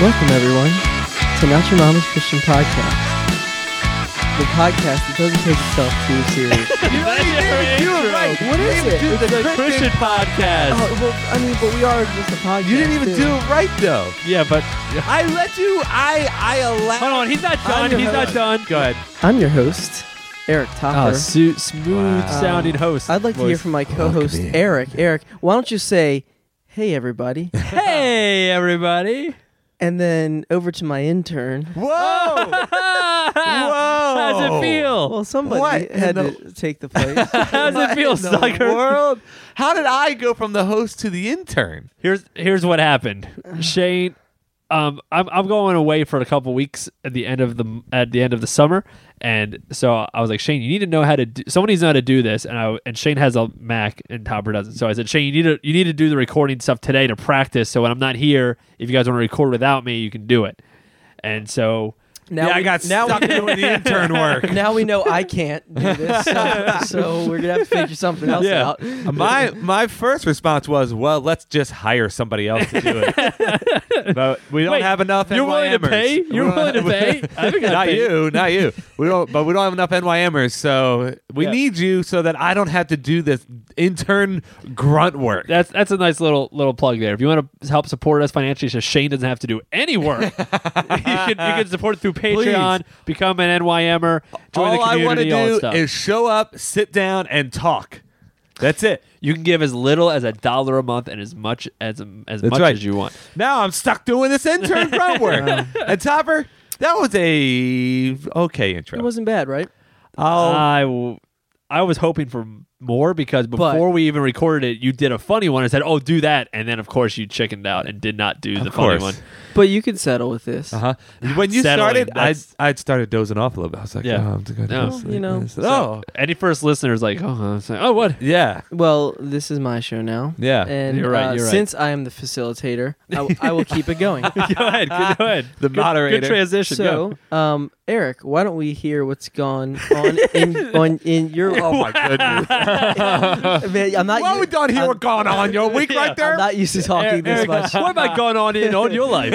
Welcome, everyone, to Not Your Mama's Christian Podcast. The podcast that doesn't take itself too seriously. That's your intro. What is it? It's a Christian podcast. Oh, well, I mean, but we are just a podcast. You didn't even too. do it right though. Yeah, but I let you. I I allowed. hold on, he's not done. your He's not host. done. Go ahead. I'm your host, Eric Topper. smooth sounding host. I'd like to hear from my co-host, in. Eric. Eric, why don't you say, "Hey, everybody," Hey, everybody. and then over to my intern. Whoa! How does it feel? Well, somebody What had in the- to take the place. How does it feel, What in the sucker? world? How did I go from the host to the intern? Here's here's what happened. Shane, um, I'm I'm going away for a couple weeks at the end of the at the end of the summer, and so I was like, Shane, you need to know how to. Do, someone needs to know how to do this, and I and Shane has a Mac and Topper doesn't. So I said, Shane, you need to you need to do the recording stuff today to practice. So when I'm not here, if you guys want to record without me, you can do it. And so Now yeah, I we- got now stuck we- doing the intern work. now we know I can't do this, so, so we're gonna have to figure something else Yeah. out. my my first response was, well, let's just hire somebody else to do it. but we don't Wait, have enough. you're willing to NYMers. pay? We You're don't- willing to pay? I think I'd not pay. you, not you. We don't. But we don't have enough NYMers, so we Yeah. need you so that I don't have to do this intern grunt work. That's that's a nice little little plug there. If you want to help support us financially, so Shane doesn't have to do any work, you, can, you can support through Patreon, become an NYMer, er, join all the I want to community, all that do stuff. is show up, sit down, and talk. That's it. you can give as little as a dollar a month and as much as as much right. as you want. Now I'm stuck doing this intern grunt work. and Topper, that was a okay It intro. wasn't bad, right? I'll- I w- I was hoping for more because before we even recorded it, you did a funny one and said, "Oh, do that," and then of course you chickened out and did not do the funny course. one. But you can settle with this. uh-huh. When you Settling, started, I that's- I started dozing off a little bit. I was like, Yeah. oh, I'm just gonna No. go to Well, you know, sleep. So oh any first listener is like, "Oh, uh, it's like, oh, what?" yeah, Well, this is my show now. Yeah. and You're right, uh, you're right. since I am the facilitator, I, I will keep it going. go ahead, go ahead. the Good- moderator. Good transition. go. so, um, Eric, why don't we hear what's gone on in on in your? Oh my goodness! Man, I'm not. well, u- we don't hear I'm- what going on your week right I'm there. not used to talking Eric, this Eric, much. what about going on in on your life?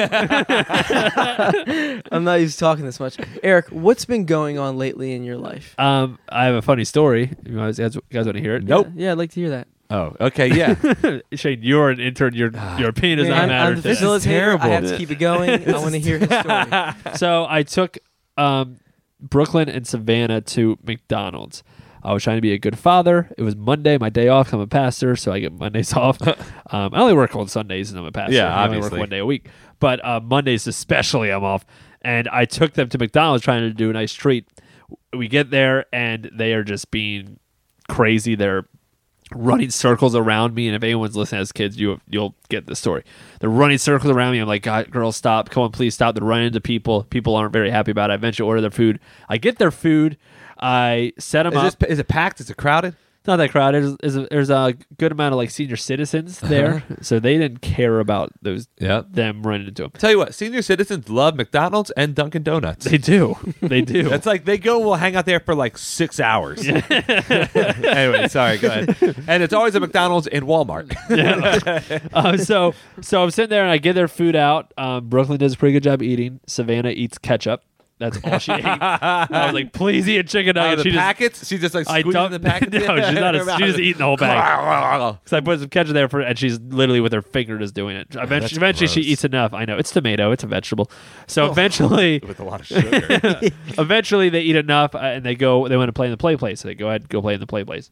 I'm not used to talking this much. Eric, what's been going on lately in your life? um, I have a funny story. You guys, guys, guys want to hear it? Nope. Yeah, I'd like to hear that. Oh, okay, yeah. Shane, you're an intern. Your your opinion does Man, I'm, I'm not matter. the today. facilitator. I terrible. have to keep it going. I want to hear his story. so I took um, Brooklyn and Savannah to McDonald's. I was trying to be a good father. It was Monday, my day off. 'cause I'm a pastor, so I get Mondays off. Um, I only work on Sundays, and I'm a pastor. Yeah, I only obviously. work one day a week, but uh, Mondays especially, I'm off. And I took them to McDonald's trying to do a nice treat. We get there, and they are just being crazy. They're running circles around me. And if anyone's listening as kids, you you'll get the story. They're running circles around me. I'm like, God, girl, stop! Come on, please stop! They're running into people. People aren't very happy about it. I eventually order their food. I get their food. I set them is, up. this, is it packed? Is it crowded? It's not that crowded. There's, there's, a, there's a good amount of like senior citizens there, Uh-huh. so they didn't care about those Yeah. them running into them. Tell you what, senior citizens love McDonald's and Dunkin' Donuts. They do. They do. That's like they go. We'll hang out there for like six hours. anyway, sorry. Go ahead. And it's always a McDonald's in Walmart. um, so so I'm sitting there and I get their food out. Um, Brooklyn does a pretty good job eating. Savannah eats ketchup. That's all she ate. I was like, please eat a chicken Uh, nugget. the she just, packets. She just like I squeezing the dumped- packets. No, she's not a- in her she just mouth. eating the whole bag. so I put some ketchup there for, and she's literally with her finger just doing it. Eventually, eventually she gross. Oh. eats enough. I know it's tomato. It's a vegetable. So eventually, With a lot of sugar. eventually they eat enough uh, and they go they want to play in the play place so they go ahead go play in the play place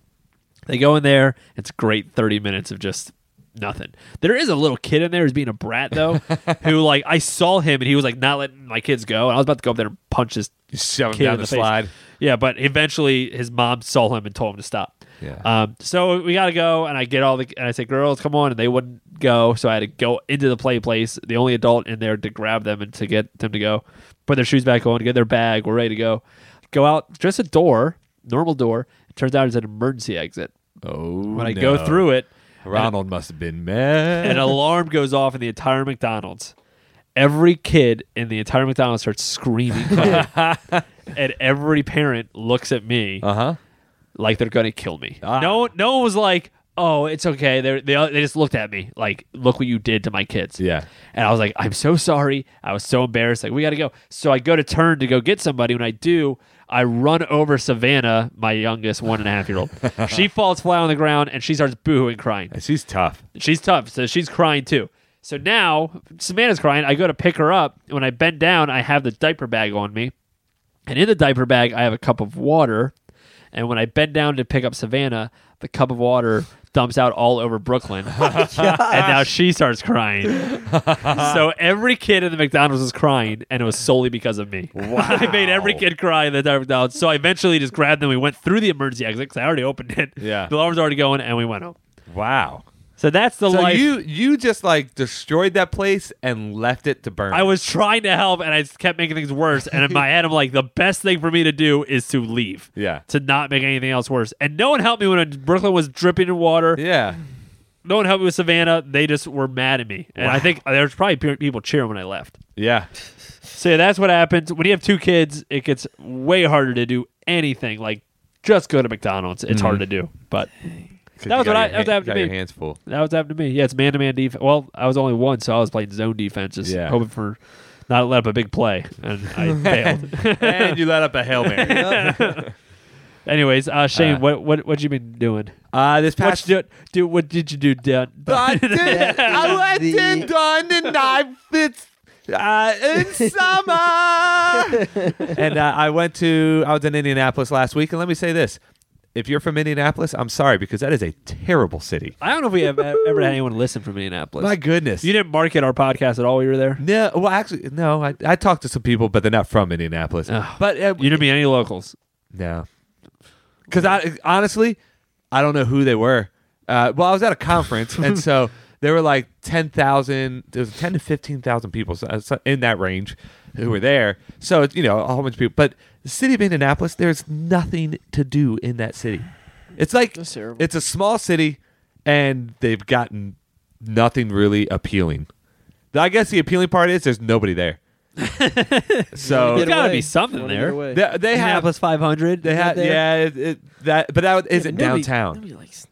they go in there it's a great 30 minutes of just nothing there is a little kid in there who's being a brat though who like i saw him and he was like not letting my kids go and i was about to go up there and punch this Shove 'em kid down in the, the face. slide. yeah, but eventually his mom saw him and told him to stop. Yeah. Um, so we gotta go, and I get all the and I say, "Girls, come on!" and they wouldn't go, so I had to go into the play place, the only adult in there to grab them and to get them to go, put their shoes back on, get their bag, we're ready to go, go out, just a door, normal door. It turns out it's an emergency exit. Oh, When I go through it, Ronald must have been mad. an alarm goes off in the entire McDonald's. Every kid in the entire McDonald's starts screaming, color. and every parent looks at me uh huh. like they're gonna kill me. Ah. No, no one was like, oh, it's okay. They they they just looked at me like, look what you did to my kids. Yeah. And I was like, I'm so sorry. I was so embarrassed. Like, we got to go. So I go to turn to go get somebody. When I do, I run over Savannah, my youngest one and a half year old. she falls flat on the ground and she starts boohooing, crying. She's tough. She's tough, so she's crying too. So now Savannah's crying. I go to pick her up. and When I bend down, I have the diaper bag on me. And in the diaper bag, I have a cup of water. And when I bend down to pick up Savannah, the cup of water dumps out all over Brooklyn. and now she starts crying. so every kid in the McDonald's was crying, and it was solely because of me. I made every kid cry in the McDonald's. So I eventually just grabbed them. We went through the emergency exit because I already opened it. Yeah. The alarm's already going, and we went home. Wow. So that's the So life. you you just like destroyed that place and left it to burn. I was trying to help and I just kept making things worse. And in my head, I'm like, the best thing for me to do is to leave. Yeah. To not make anything else worse. And no one helped me when Brooklyn was dripping in water. Yeah. No one helped me with Savannah. They just were mad at me. And I Wow. think there was probably pe- people cheering when I left. Yeah. So yeah, that's what happens. When you have two kids, it gets way harder to do anything. Like, just go to McDonald's. It's Mm. hard to do. But That was what I- that was happening got to your me. hands full. that was happened to me. Yeah, it's man to man defense. Well, I was only one, so I was playing zone defense, just Yeah. hoping for not to let up a big play. And I failed. and you let up a hail mary. Anyways, uh, Shane, Uh, what what what you been doing? Uh, this What past you do, do? What did you do, Dan? I did it. I That went is the- and done and I it's uh, in summer. and uh, I went to I was in Indianapolis last week, and let me say this: if you're from Indianapolis, I'm sorry because that is a terrible city. I don't know if we have e- ever had anyone listen from Indianapolis. My goodness. you didn't market our podcast at all. when You were there. no, well, actually, no. I, I talked to some people, but they're not from Indianapolis. Ugh. But uh, You didn't meet any locals. No, because I honestly, I don't know who they were. Uh, well, I was at a conference, and so there were like ten thousand, there was ten to fifteen thousand people so, so in that range who were there. So it's you know a whole bunch of people. But the city of Indianapolis, there's nothing to do in that city. It's like That's terrible. it's a small city, and they've gotten nothing really appealing. I guess the appealing part is there's nobody there. so There's Get gotta away. be something Wanna there. get away. they, they have Indianapolis 500. they Is that had, there? yeah, it, it, that, but that Yeah, isn't but nobody- Um, downtown. Nobody likes,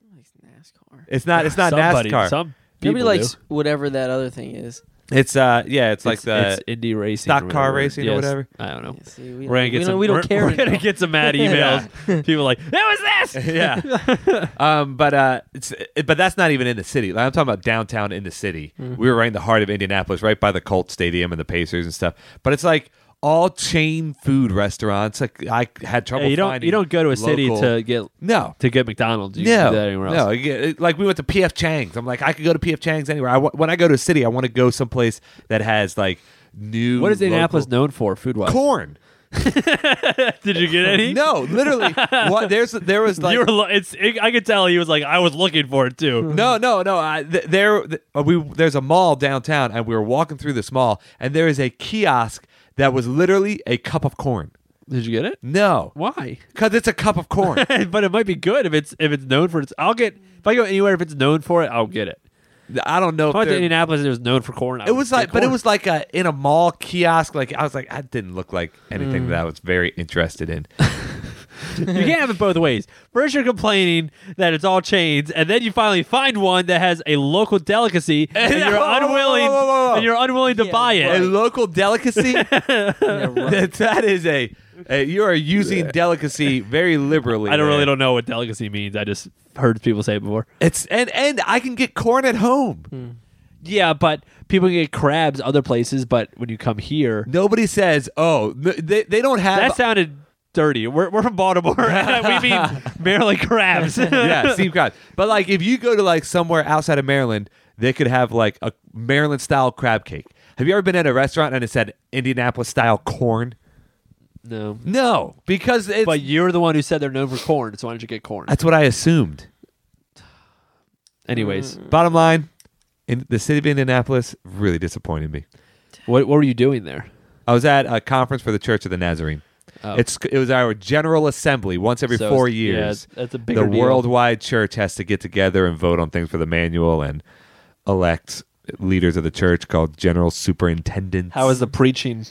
nobody likes NASCAR. It's not. It's not Somebody, NASCAR. Some Nobody people likes do. whatever that other thing is. It's uh, yeah, it's, like It's- the it's indie racing, stock or car whatever. racing or Yes. whatever. I don't know. Yeah, see, we, We're gonna we get don't, some. we don't we're- care. We're gonna anymore. get some mad emails. People are like that was this. yeah. um, but uh, it's it, but that's not even in the city. Like, I'm talking about downtown in the city. Mm. We were right in the heart of Indianapolis, right by the Colt Stadium and the Pacers and stuff. But it's like all chain food restaurants. Like I had trouble. Yeah, you don't finding you don't go to a city local- to get no. to get McDonald's. You no, can do that anywhere else. no. you get- it- Like we went to PF Chang's. I'm like, I could go to PF Chang's anywhere. I wa- when I go to a city, I want to go someplace that has like new. What is Indianapolis local- known for food wise? Corn. Did you get any? No, literally. what there's there was like you were. Lo- it's. It, I could tell he was like, I was looking for it too. no, no, no. I, th- there, th- uh, we there's a mall downtown, and we were walking through this mall, and there is a kiosk that was literally a cup of corn. Did you get it? No, Why? because it's a cup of corn. but it might be good if it's if it's known for its. I'll get if I go anywhere if it's known for it, I'll get it. I don't know. If I If went to there- Indianapolis, and it was known for corn. I it would was get like, but it corn. was like a in a mall kiosk. Like I was like, that didn't look like Mm. anything that I was very interested in. you can't have it both ways. First, you're complaining that it's all chains, and then you finally find one that has a local delicacy, and Yeah. you're Whoa, whoa, whoa, unwilling, whoa, whoa, whoa. and you're unwilling to Yeah, buy it. a local delicacy. Yeah, right. that, that is a, a you are using delicacy very liberally. I don't really there. don't know what delicacy means. I just heard people say it before. It's and and I can get corn at home. Hmm. Yeah, but people can get crabs other places, but when you come here, Nobody says, "Oh, th- they, they don't have." that sounded dirty. We're, we're from Baltimore. we mean Maryland crabs. yeah, steam crab. But like, if you go to like somewhere outside of Maryland, they could have like a Maryland style crab cake. Have you ever been at a restaurant and it said Indianapolis style corn? No. No, because it's But you're the one who said they're known for corn, so why don't you get corn? that's what I assumed. Anyways, Bottom line, in the city of Indianapolis really disappointed me. what, what were you doing there? I was at a conference for the Church of the Nazarene. Oh. It's it was our General Assembly once every So four it's- yeah, years. that's a bigger the deal. worldwide church has to get together and vote on things for the manual and elect leaders of the church called general superintendents. How was the preaching?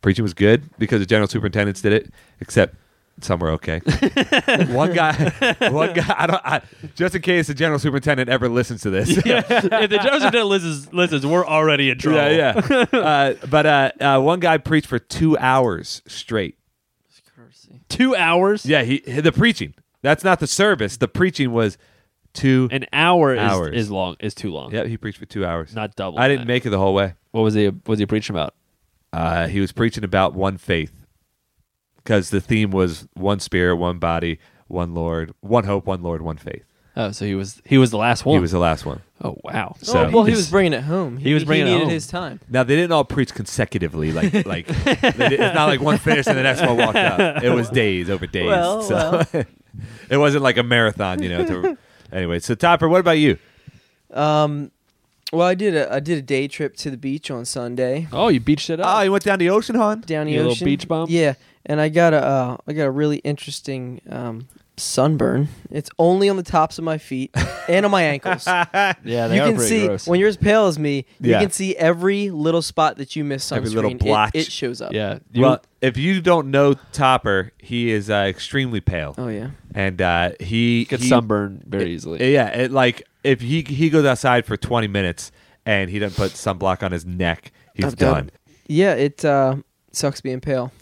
preaching was good because the general superintendents did it, except Some were okay. one guy, one guy. I don't. I, just in case the general superintendent ever listens to this. Yeah. if the Jones did listens, listens, we're already in trouble. Yeah, yeah. uh, but uh, uh, one guy preached for two hours straight. Two hours. Yeah, he he- the preaching. That's not the service. The preaching was two. An hour Hours. is, is long. Is too long. yeah, he preached for two hours. Not double. I that. didn't make it the whole way. What was he? What was he preaching about? Uh, he was preaching about one faith because the theme was one spirit, one body, one Lord, one hope, one Lord, one faith. Oh, so he was he was the last one. He was the last one. Oh wow. So- oh, well, he was bringing it home. He was bringing it he needed home. his time. Now they didn't all preach consecutively, like like they did- it's not like one finished and the next one walked up. It was days over days. Well, so it wasn't like a marathon, you know. To, anyway, so Topper, what about you? Um, well, I did a I did a day trip to the beach on Sunday oh, you beached it Oh, up. you went down the ocean, hon. down the You a little ocean. beach bum? Yeah, and I got a uh, I got a really interesting um, sunburn. It's only on the tops of my feet and on my ankles. yeah, they you are can pretty see gross. when you're as pale as me. Yeah. You can see every little spot that you miss sunscreen. Every little It- blotch. It, shows up. yeah. You, Well, if you don't know Topper, he is uh, extremely pale, Oh yeah. and uh, he get he- sunburned very easily. Yeah, it, like if he he goes outside for twenty minutes and he doesn't put sunblock on his neck, he's I've done. done- Yeah, it uh, sucks being pale.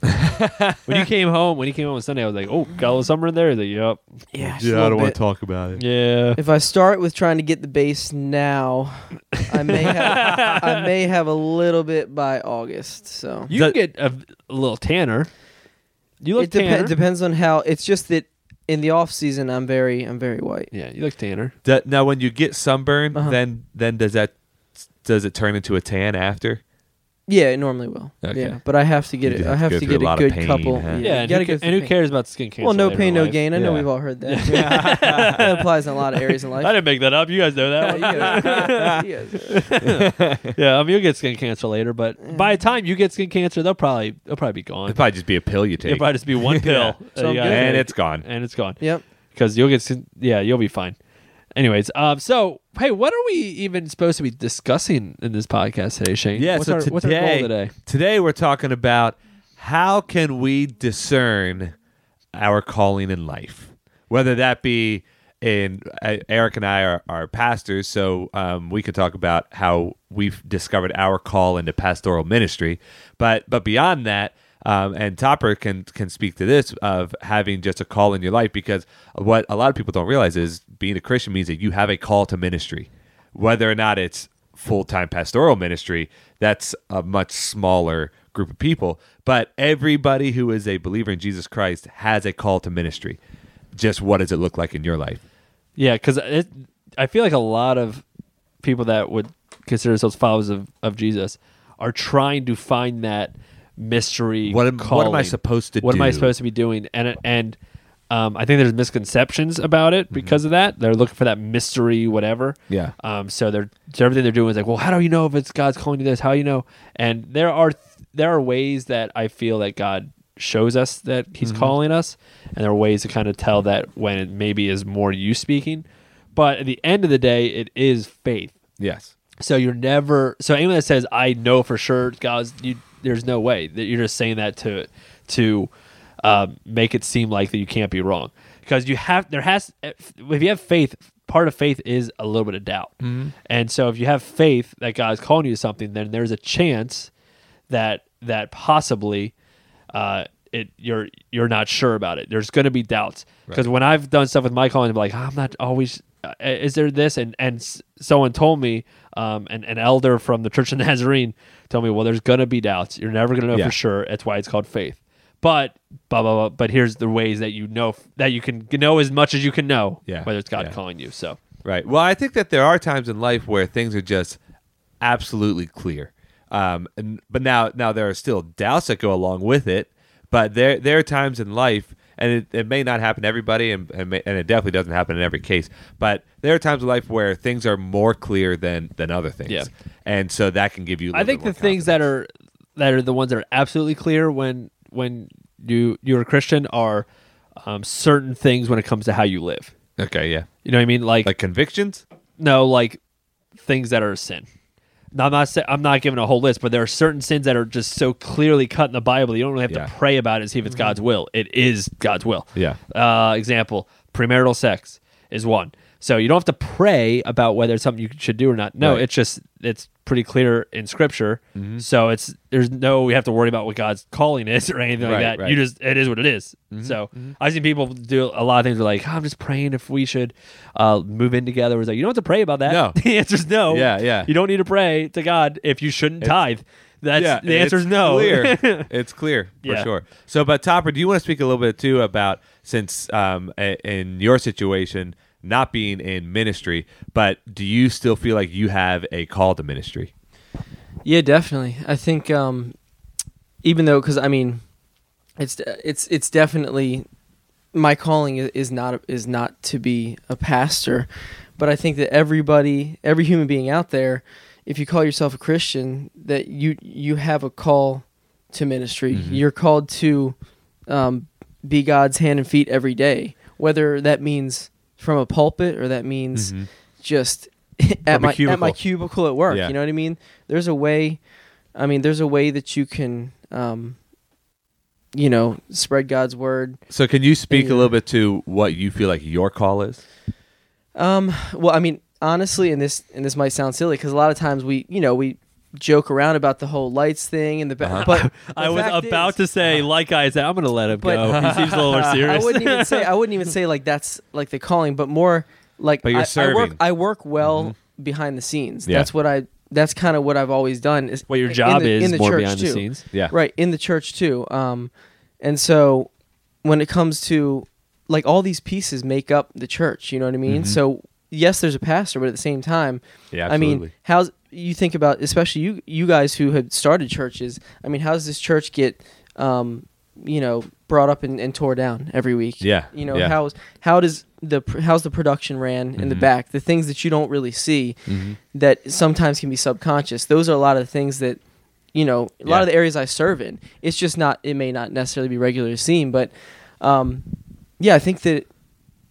when you came home, when you came home on Sunday, I was like, "Oh, got a little sunburn there." He's like, "Yep." Yeah. just a Yeah, I little don't want bit. to talk about it. Yeah. If I start with trying to get the base now, I may have, I may have a little bit by August. So You Does- can get a, a little tanner. You look it depe- tanner. depends on how. It's just that in the off season, I'm very I'm very white. yeah, you look tanner. Do- now, when you get sunburned, Uh-huh. then then does that does it turn into a tan after? Yeah, it normally will. Okay. Yeah, but I have to get You it. just I have go to through get a a lot of good pain, couple. huh? you Yeah, and, gotta who, go ca- through the and who pain. cares about skin cancer? Well, no later in pain, no life? gain. I know Yeah. we've all heard that. that applies in a lot of areas in life. I didn't make that up. You guys know that. Yeah, one. you guys- you guys- yeah, I mean, you'll get skin cancer later, but Yeah. by the time you get skin cancer, they'll probably they'll probably be gone. It'd probably just be a pill you It'll take, probably just be one pill, Yeah. that So you I'm gotta good. and take, it's gone. and it's gone. Yep. because you'll get skin- yeah, you'll be fine. Anyways, um, so hey, what are we even supposed to be discussing in this podcast today, Shane? Yeah, what's, so our, today, what's our goal today? Today we're talking about how can we discern our calling in life, whether that be in uh, Eric and I are, are pastors, so um, we could talk about how we've discovered our call into pastoral ministry. But but beyond that, um, and Topper can can speak to this of having just a call in your life because what a lot of people don't realize is being a Christian means that you have a call to ministry whether or not it's full-time pastoral ministry that's a much smaller group of people but everybody who is a believer in jesus christ has a call to ministry just what does it look like in your life Yeah, because I feel like a lot of people that would consider themselves followers of, of Jesus are trying to find that mystery. What am- what am I calling. supposed to What am I do? supposed to be doing? And it- and um, I think there's misconceptions about it because of that. They're looking for that mystery, whatever. Yeah. Um. So they're so everything they're doing is like, well, how do you know if it's God's calling you this? How do you know? And there are there are ways that I feel that God shows us that He's calling us, and there are ways to kind of tell that when it maybe is more you speaking. But at the end of the day, it is faith. yes So you're never so anyone that says I know for sure, guys, you, there's no way that you're just saying that to to um, make it seem like that you can't be wrong because you have there has if you have faith, part of faith is a little bit of doubt, and so if you have faith that God's calling you to something, then there's a chance that that possibly uh, it you're you're not sure about it. There's going to be doubts because when I've done stuff with my calling, I'm like, I'm not always. Uh, is there this? And and s- someone told me, um, an, an elder from the Church of Nazarene told me, well, there's going to be doubts. You're never going to know Yeah. for sure. That's why it's called faith. But blah blah blah. But here's the ways that you know f- that you can know as much as you can know. Yeah. Whether it's God Yeah. calling you. So Right. Well, I think that there are times in life where things are just absolutely clear. Um, and, but now, now there are still doubts that go along with it. But there, there are times in life, and it, it may not happen to everybody, and and, may, and it definitely doesn't happen in every case. But there are times in life where things are more clear than than other things. Yeah. And so that can give you. a I little think bit more the things that are that are the ones that are absolutely clear when when you you're a Christian are um, certain things when it comes to how you live. confidence. Okay. Yeah. You know what I mean? Like, Like convictions. no, like things that are a sin. Now, I'm not say, I'm not giving a whole list, but there are certain sins that are just so clearly cut in the Bible. You don't really have Yeah. to pray about it to see if it's God's will. It is God's will. Yeah. Uh, example: premarital sex is one. So you don't have to pray about whether it's something you should do or not. No, Right. Mm-hmm. it's just it's pretty clear in Scripture. So it's there's no we have to worry about what God's calling is or anything like Right, that. right. You just it is what it is. So I've seen people do a lot of things. Where like, "Oh, I'm just praying if we should uh, move in together. It's like you don't have to pray about that. No. the answer's no. Yeah, yeah. You don't need to pray to God if you shouldn't tithe. That's the it's answer's no. Clear. it's clear for Yeah. sure. So, but Topper, do you want to speak a little bit too about since um, a- in your situation not being in ministry, but do you still feel like you have a call to ministry? Yeah, definitely. I think um, even though, because I mean, it's it's it's definitely my calling i- is not is not to be a pastor, but I think that everybody, every human being out there, if you call yourself a Christian, that you you have a call to ministry. You're called to um, be God's hand and feet every day, whether that means from a pulpit or that means Mm-hmm. just at From a my at my cubicle. cubicle at work. Yeah. You know what I mean? There's a way. I mean, there's a way that you can, um, you know, spread God's word. So, can you speak Yeah. a little bit to what you feel like your call is? Um, well, I mean, honestly, and this and this might sound silly because a lot of times we, you know, we joke around about the whole lights thing and the. Ba- But Uh-huh. I was about to say, like I said, I'm going to let him But- go. He seems a little more serious. I wouldn't even say I wouldn't even say like that's like the calling, but more like But you're I, I work serving. I work well Mm-hmm. behind the scenes. Yeah. That's what I. That's kind of what I've always done. Is what your in job the- is in the more church, behind the too. scenes. Yeah. Right, in the church too. Um and so when it comes to like all these pieces make up the church, you know what I mean? So yes, there's a pastor, but at the same time, Yeah, I absolutely. mean, how's you think about especially you you guys who had started churches, I mean, how does this church get um, you know, brought up and, and tore down every week? Yeah, You know, yeah. Mm-hmm. how's how does the pr- how's the production ran in the back? The things that you don't really see that sometimes can be subconscious. Those are a lot of the things that you know, a lot Yeah. of the areas I serve in. It's just not it may not necessarily be regularly seen, but um yeah, I think that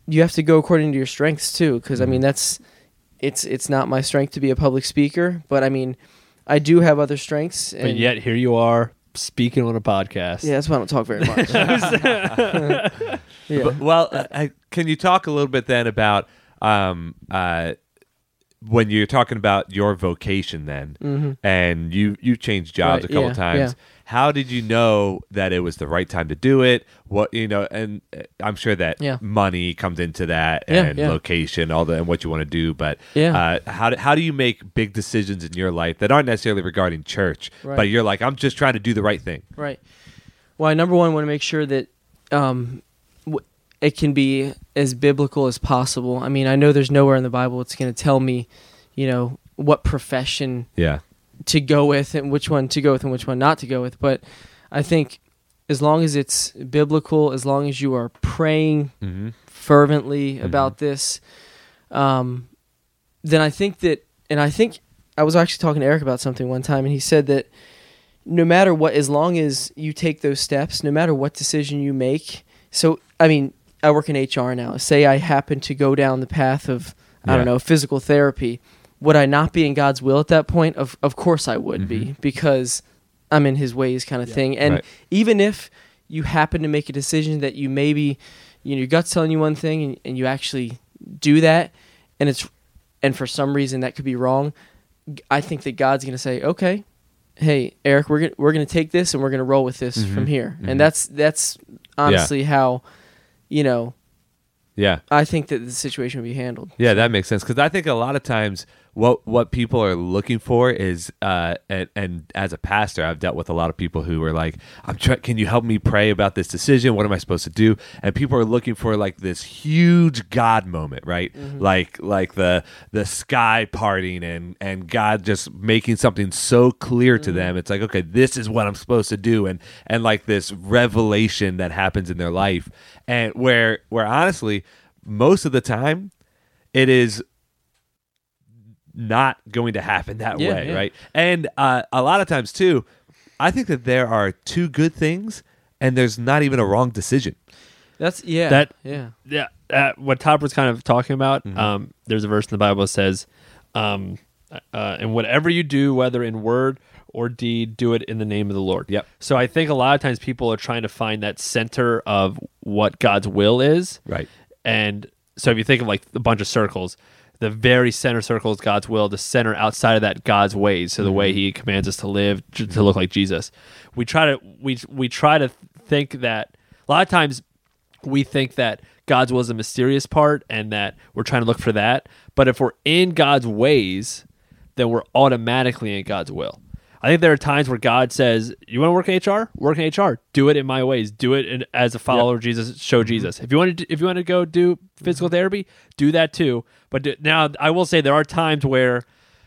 you have to go according to your strengths too because I mean that's it's it's not my strength to be a public speaker, but I mean I do have other strengths and But yet here you are speaking on a podcast. yeah, that's why I don't talk very much. yeah. But, well, uh, I, can you talk a little bit then about um, uh, when you're talking about your vocation then, Mm-hmm. and you you changed jobs Right, a couple yeah, times. yeah. How did you know that it was the right time to do it? What you know, and uh, I'm sure that Yeah. money comes into that Yeah, and yeah. location, all the and what you want to do. But Yeah. uh, how do, how do you make big decisions in your life that aren't necessarily regarding church, Right. but you're like, I'm just trying to do the right thing. Right. Well, I number one want to make sure that um, w- it can be as biblical as possible. I mean, I know there's nowhere in the Bible it's going to tell me, you know, what profession Yeah, to go with and which one to go with and which one not to go with. But I think as long as it's biblical, as long as you are praying mm-hmm. fervently about this, um, then I think that, and I think I was actually talking to Eric about something one time, and he said that no matter what, as long as you take those steps, no matter what decision you make. So, I mean, I work in HR now. Say I happen to go down the path of, I Yeah. don't know, physical therapy. Would I not be in God's will at that point? Of, of course I would be because I'm in his ways kind of thing. And Right. even if you happen to make a decision that you maybe, you know, your gut's telling you one thing and, and you actually do that and it's, and for some reason that could be wrong, g- I think that God's going to say, okay, hey Eric, we're gonna we're gonna take this and we're gonna roll with this from here. And that's that's honestly how, you know, yeah. I think that the situation would be handled. Yeah, that makes sense because I think a lot of times what what people are looking for is uh and, and as a pastor I've dealt with a lot of people who are like I'm try- can you help me pray about this decision what am I supposed to do and people are looking for like this huge God moment right like like the the sky parting and and God just making something so clear to them it's like okay this is what I'm supposed to do and and like this revelation that happens in their life and where where honestly most of the time it is not going to happen that Yeah, way, yeah. right? And uh, a lot of times too, I think that there are two good things, and there's not even a wrong decision. That's yeah. That- yeah. yeah, uh, what Todd was kind of talking about. Um, there's a verse in the Bible that says, um, uh, and whatever you do, whether in word or deed, do it in the name of the Lord. Yep. So I think a lot of times people are trying to find that center of what God's will is. Right. And so if you think of like a bunch of circles, the very center circle is God's will, the center outside of that God's ways, so the way he commands us to live j- to look like Jesus. We try to we we try to think that a lot of times we think that God's will is a mysterious part and that we're trying to look for that, but if we're in God's ways, then we're automatically in God's will. I think there are times where God says, "You want to work in HR? Work in HR. Do it in my ways. Do it in, as a follower of Jesus. Show Jesus. If you want to, if you want to go do physical therapy, do that too. But do, now I will say there are times where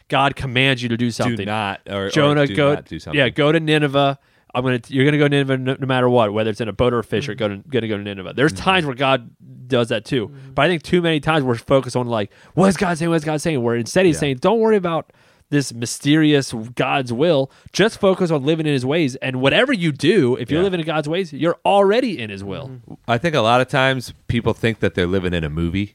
God commands you to do something. Do not or or Jonah, do go not do something. yeah, go to Nineveh. I'm gonna you're gonna go to Nineveh no, no matter what, whether it's in a boat or a fish, you're gonna gonna go to Nineveh. There's Mm-hmm. times where God does that too, but I think too many times we're focused on like what is God saying, what is God saying? Where instead He's Yeah. saying, don't worry about this mysterious God's will. Just focus on living in His ways, and whatever you do, if you're Yeah. living in God's ways, you're already in His will. I think a lot of times people think that they're living in a movie,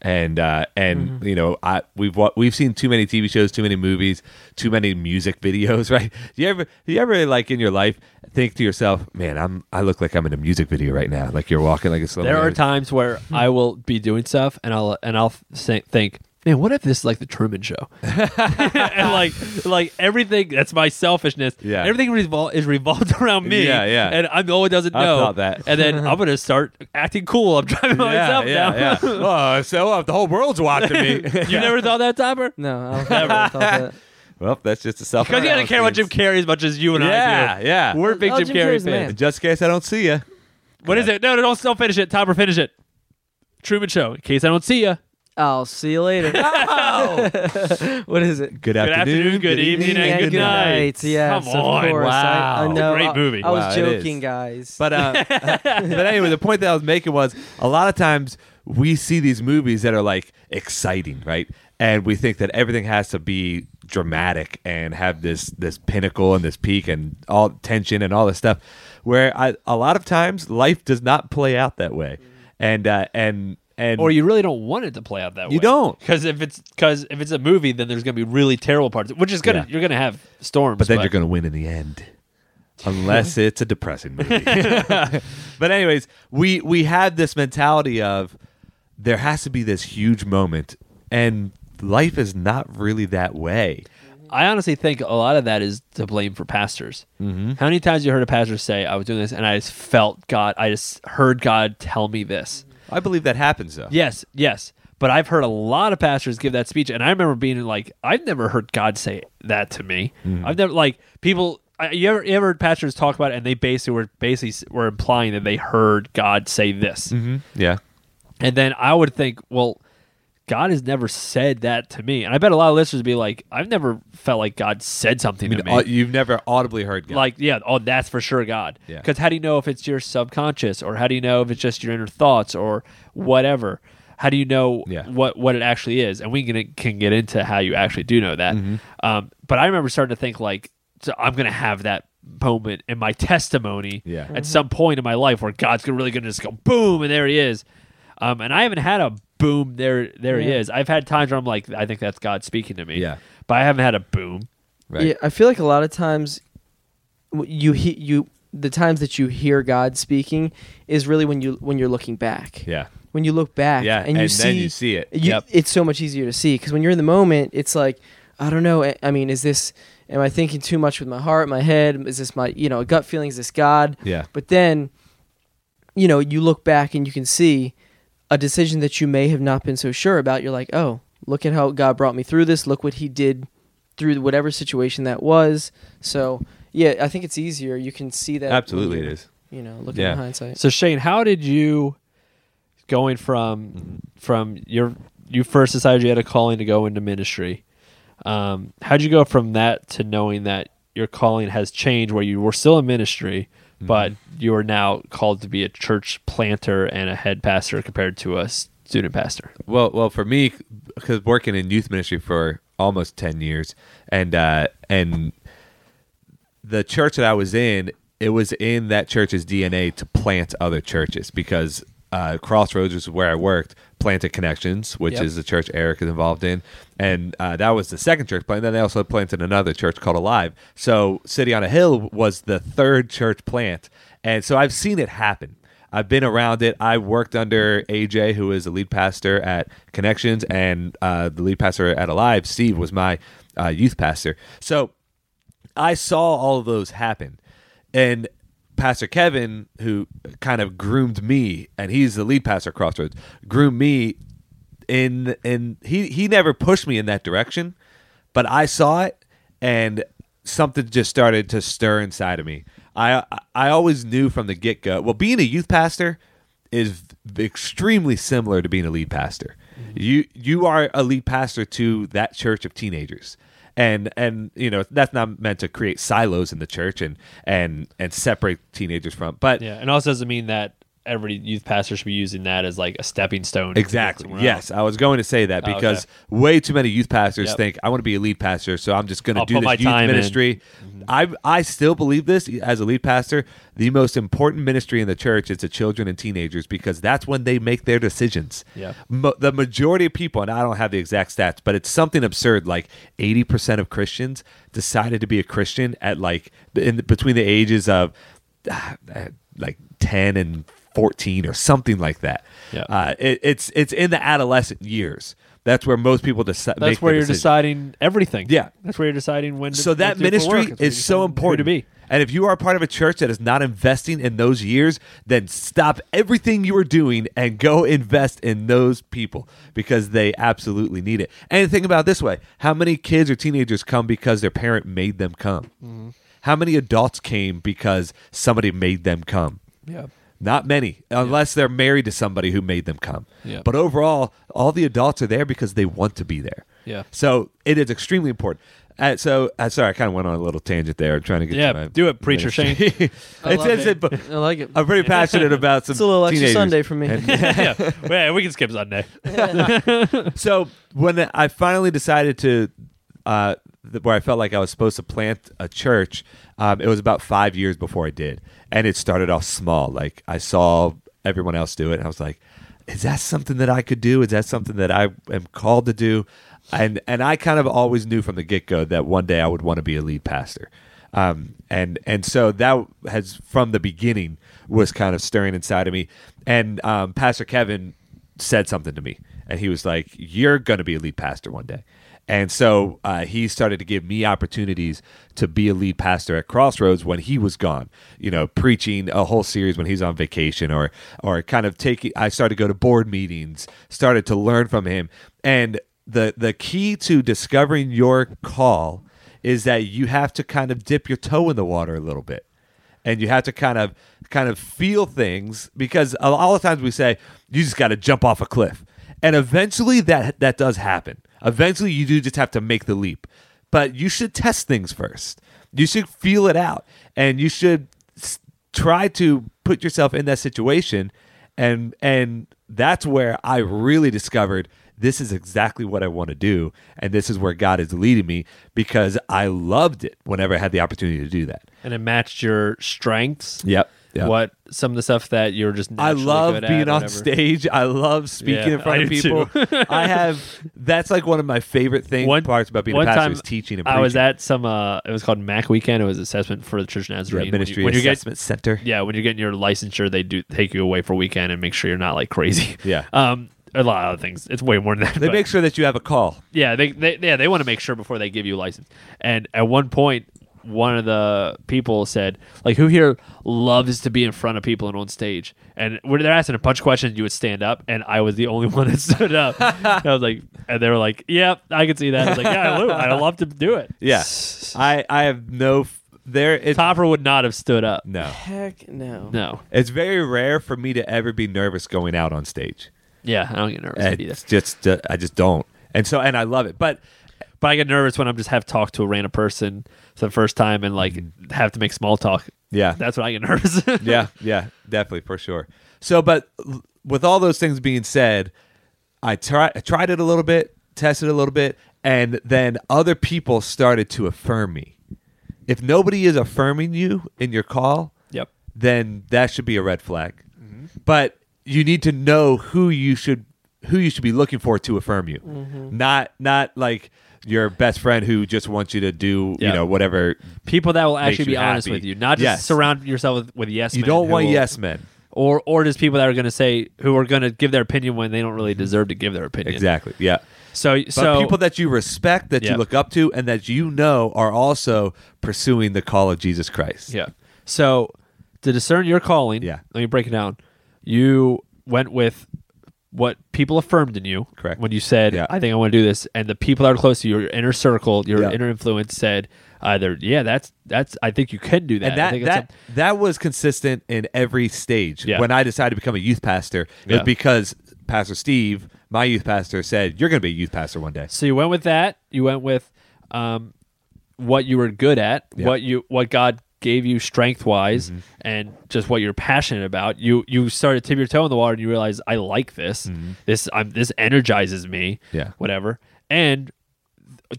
and uh, and you know, I we've wa- we've seen too many TV shows, too many movies, too many music videos. Right? Do you ever do you ever like in your life think to yourself, man, I'm I look like I'm in a music video right now. Like you're walking like a slow. There are motion." times where Hmm. I will be doing stuff and I'll and I'll say, think, man, what if this is like the Truman Show? and like like everything that's my selfishness. Yeah. everything revol- is revolved around me. Yeah, yeah. And I'm the one who doesn't I know thought that. And then I'm gonna start acting cool. I'm driving myself down. yeah, yeah. oh, so up. The whole world's watching me. You never thought that, Topper? No, I don't think I thought that. well, that's just a self. Because you gotta care about Jim Carrey as much as you and I Yeah, do. yeah. We're big Oh, Jim, Jim Carrey Carrey's the fans. man. Just in case I don't see you. What is it? No, no, don't still finish it. Topper, finish it. Truman Show. In case I don't see you. I'll see you later. what is it? Good Good afternoon. afternoon, good evening, and good night. Yes, Come on. of course. Wow. I, I It's a know. great I- movie. I, Wow, was it is. joking, guys. But uh, but anyway, the point that I was making was a lot of times we see these movies that are like exciting, right? And we think that everything has to be dramatic and have this this pinnacle and this peak and all tension and all this stuff. Where I, a lot of times life does not play out that way, and uh, and and or you really don't want it to play out that way. You don't. because if it's because if it's a movie, then there's gonna be really terrible parts, which is gonna Yeah. you're gonna have storms. but then you're going to win in the end unless it's a depressing movie but anyways we we had this mentality of there has to be this huge moment and life is not really that way I honestly think a lot of that is to blame for pastors. Mm-hmm. How many times you heard a pastor say, "I was doing this and I just felt God, I just heard God tell me this." i believe that happens though Yes, yes. But I've heard a lot of pastors give that speech, and I remember being like, I've never heard God say that to me. Mm-hmm. I've never like people. I- You ever, you ever heard pastors talk about it, and they basically were basically s- were implying that they heard God say this. hmm yeah And then I would think, well, God has never said that to me. And I bet a lot of listeners would be like, I've never felt like God said something I mean, uh, to me. au- you've never audibly heard God. Like, yeah, oh, that's for sure God. Yeah. Because how do you know if it's your subconscious or how do you know if it's just your inner thoughts or whatever? How do you know Yeah. what, what it actually is? And we can, can get into how you actually do know that. Mm-hmm. Um, but I remember starting to think, like, so I'm going to have that moment in my testimony Yeah. at some point in my life where God's gonna- really going to just go boom and there he is. Um, and I haven't had a boom there there he Yeah. is. I've had times where I'm like, I think that's God speaking to me. Yeah. But I haven't had a boom. right Yeah, I feel like a lot of times w- you he- you the times that you hear God speaking is really when you when you're looking back. yeah When you look back, Yeah, and you and see, then you see it. you- Yep. It's so much easier to see because when you're in the moment, it's like I don't know. I- I mean, is this? Am I thinking too much with my heart, my head? Is this my you know gut feeling? Is this God? yeah But then, you know, you look back and you can see a decision that you may have not been so sure about. You're like, oh, look at how God brought me through this. Look what He did through whatever situation that was. So, yeah, I think it's easier. You can see that. when absolutely it you're, is You know, looking Yeah. in hindsight. So Shane, how did you going from Mm-hmm. from your you first decided you had a calling to go into ministry? Um, how'd you go from that to knowing that your calling has changed where you were still in ministry, Mm-hmm. but you are now called to be a church planter and a head pastor compared to a student pastor? Well, well, for me, because working in youth ministry for almost ten years, and uh, and the church that I was in, it was in that church's DNA to plant other churches because uh, Crossroads, which is where I worked, planted Connections, which Yep. is the church Eric is involved in, and uh, that was the second church. But then they also planted another church called Alive. So City on a Hill was the third church plant, and so I've seen it happen. I've been around it. I worked under AJ, who is the lead pastor at Connections, and uh, the lead pastor at Alive, Steve, was my uh, youth pastor. So I saw all of those happen. And Pastor Kevin, who kind of groomed me, and he's the lead pastor at Crossroads, groomed me in and he he never pushed me in that direction, but I saw it and something just started to stir inside of me. I I always knew from the get go. Well, being a youth pastor is v- extremely similar to being a lead pastor. You you are a lead pastor to that church of teenagers and and you know that's not meant to create silos in the church and and and separate teenagers from but Yeah, and also doesn't mean that every youth pastor should be using that as like a stepping stone. to get exactly somewhere yes i was going to say that Oh, okay. because way too many youth pastors Yep. think i want to be a lead pastor so i'm just going to I'll do put this my youth time in." Mm-hmm. ministry i i still believe this as a lead pastor the most important ministry in the church is to children and teenagers because that's when they make their decisions Yep. Mo- the majority of people, and I don't have the exact stats, but it's something absurd. Like eighty percent of Christians decided to be a Christian at like in the, between the ages of ah, eh, like ten and fourteen or something like that. Yeah. Uh, it, it's it's in the adolescent years. That's where most people decide. That's where you're deciding everything. Yeah. that's where you're deciding when. To, So that what to do for work. ministry That's where you're is so deciding who important to be. And if you are part of a church that is not investing in those years, then stop everything you are doing and go invest in those people because they absolutely need it. And think about it this way: how many kids or teenagers come because their parent made them come? Mm-hmm. How many adults came because somebody made them come? Yeah. Not many, unless they're married to somebody who made them come. Yeah. But overall, all the adults are there because they want to be there. Yeah. So it is extremely important. Uh, so uh, sorry, I kind of went on a little tangent there. I'm trying to get Yeah, to my do it, preacher Shane. ministry. I It's- love it's- it. it- I like it. I'm pretty passionate about some. It's a little extra teenagers. Sunday for me. And- yeah, yeah, we can skip Sunday. so when I finally decided to, uh, th- where I felt like I was supposed to plant a church, um, it was about five years before I did, and it started off small. Like I saw everyone else do it, and I was like, "Is that something that I could do? Is that something that I am called to do?" And and I kind of always knew from the get go that one day I would want to be a lead pastor um, and and so that has from the beginning was kind of stirring inside of me. And um, Pastor Kevin said something to me, and he was like, "You're going to be a lead pastor one day." And so uh, he started to give me opportunities to be a lead pastor at Crossroads when he was gone, you know, preaching a whole series when he's on vacation, or or kind of taking. I started to go to board meetings, started to learn from him, and the the key to discovering your call is that you have to kind of dip your toe in the water a little bit and you have to kind of kind of feel things because a- all the times we say you just got to jump off a cliff and eventually that that does happen eventually you do just have to make the leap but you should test things first you should feel it out and you should s- try to put yourself in that situation and and that's where I really discovered this is exactly what I want to do and this is where God is leading me because I loved it whenever I had the opportunity to do that. And it matched your strengths. Yep. yep. What some of the stuff that you're just I naturally love good at, being on whatever. stage. I love speaking Yeah, in front I of do people. I have that's like one of my favorite thing One- parts about being a one pastor time is teaching and preaching. I was at some. uh It was called Mac Weekend. It was assessment for the Church of Yeah, Nazarene. ministry when you, when you get assessment center. yeah, when you're getting your licensure, they do take you away for a weekend and make sure you're not like crazy. Yeah. Um, a lot of other things. It's way more than that. They but- make sure that you have a call. yeah, they, they yeah they want to make sure before they give you a license. And at one point, one of the people said, like, who here loves to be in front of people and on stage? And when they're asking a bunch of questions, you would stand up, and I was the only one that stood up. I was like, and they were like, yeah, I could see that. I was like, yeah, I lo- I love to do it. Yeah. I I have no f- there it's Topper would not have stood up. no. Heck no. No. It's very rare for me to ever be nervous going out on stage. Yeah, I don't get nervous either. It's just uh, I just don't. And so and I love it. But But I get nervous when I'm just have talked to a random person for the first time and like have to make small talk. yeah. That's when I get nervous. yeah, yeah, definitely for sure. So but l- with all those things being said, I tried I tried it a little bit, tested it a little bit, and then other people started to affirm me. If nobody is affirming you in your call, Yep. then that should be a red flag. But you need to know who you should who you should be looking for to affirm you. Not not like your best friend who just wants you to do Yeah. you know whatever. People that will actually you be honest happy. with you, not just Yes. surround yourself with, with yes. You men don't who want will- yes men. or or just people that are going to say who are going to give their opinion when they don't really deserve to give their opinion. Exactly. Yeah. So Mm-hmm. But so people that you respect, that Yeah. you look up to, and that you know are also pursuing the call of Jesus Christ. Yeah. So to discern your calling, Yeah. let me break it down. You went with what people affirmed in you. Correct. When you said, Yeah. I think I want to do this. And the people that are close to you, your inner circle, your Yeah. inner influence said either, yeah, that's, that's, I think you can do that. and I that think that it's that was consistent in every stage. Yeah. When I decided to become a youth pastor, it Yeah. was because Pastor Steve, my youth pastor, said you're going to be a youth pastor one day. a-" so you went with that. You went with um, what you were good at, Yeah. Mm-hmm. what you, what God gave you strength wise and just what you're passionate about. You, you started to tip your toe in the water and you realize I like this, this, I'm, this energizes me. Mm-hmm. Yeah. whatever, and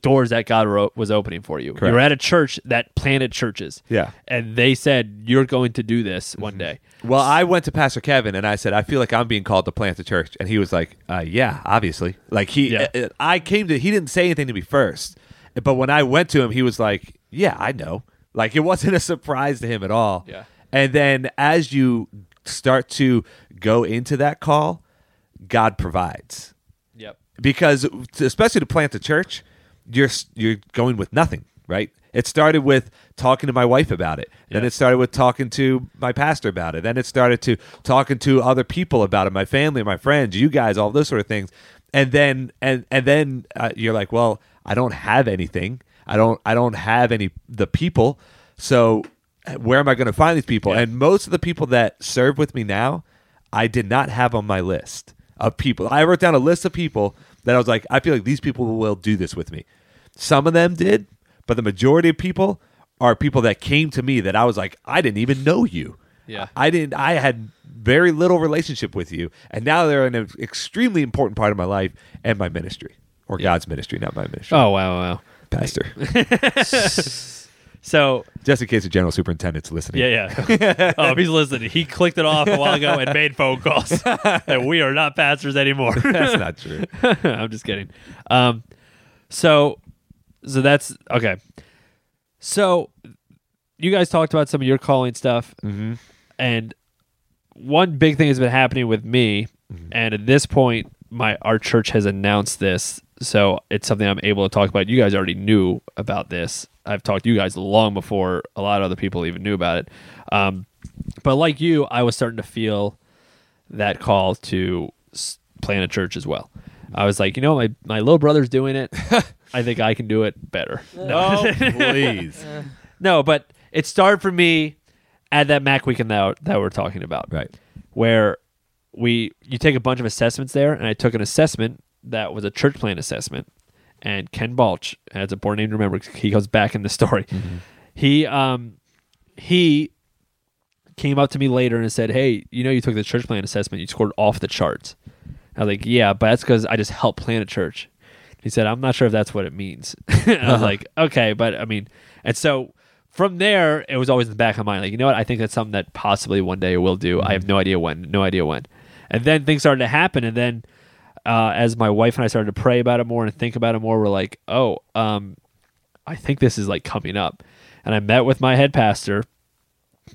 doors that God wrote was opening for you. Correct. You're at a church that planted churches. Yeah. Mm-hmm. And they said, You're going to do this one day. Well, I went to Pastor Kevin and I said, I feel like I'm being called to plant the church, and he was like, uh, Yeah, obviously. Like he, Yeah. uh, uh, I came to. He didn't say anything to me first, but when I went to him, he was like, Yeah, I know. Like it wasn't a surprise to him at all. Yeah. And then as you start to go into that call, God provides. Yep. because especially to plant the church, you're you're going with nothing, right? It started with talking to my wife about it. Then Yeah. it started with talking to my pastor about it. Then it started to talking to other people about it, my family, my friends, you guys, all those sort of things. And then and and then uh, you're like, well, I don't have anything. I don't I don't have any the people. So uh, where am I going to find these people? And most of the people that serve with me now, I did not have on my list of people. I wrote down a list of people that I was like, I feel like these people will do this with me. Some of them did, but the majority of people are people that came to me that I was like, I didn't even know you. Yeah. I didn't I had very little relationship with you. And now they're an extremely important part of my life and my ministry. Or God's ministry, not my ministry. Oh, wow, wow. Pastor. So, Just in case the general superintendent's listening. yeah, yeah. oh, if he's listening, he clicked it off a while ago and made phone calls. and we are not pastors anymore. That's not true. I'm just kidding. Um, so, so that's okay. So, you guys talked about some of your calling stuff, Mm-hmm. and one big thing has been happening with me, and at this point, my our church has announced this, so it's something I'm able to talk about. You guys already knew about this. I've talked to you guys long before a lot of other people even knew about it. Um, but like you, I was starting to feel that call to s- plant a church as well. I was like, you know, my, my little brother's doing it. I think I can do it better. No, Please. no, but it started for me at that Mac weekend that, that we're talking about, Right. Where we you take a bunch of assessments there, and I took an assessment that was a church plan assessment, and Ken Balch, and it's a important name to remember. 'cause He goes back in the story. He um he came up to me later and said, "Hey, you know, you took the church plan assessment. You scored off the charts." I was like, "Yeah, but that's because I just helped plan a church." He said, "I'm not sure if that's what it means." And I was like, "Okay, but I mean," and so from there, it was always in the back of my mind, like, you know what? I think that's something that possibly one day will do. I have no idea when, no idea when. And then things started to happen, and then uh, as my wife and I started to pray about it more and think about it more, we're like, "Oh, um, I think this is like coming up." And I met with my head pastor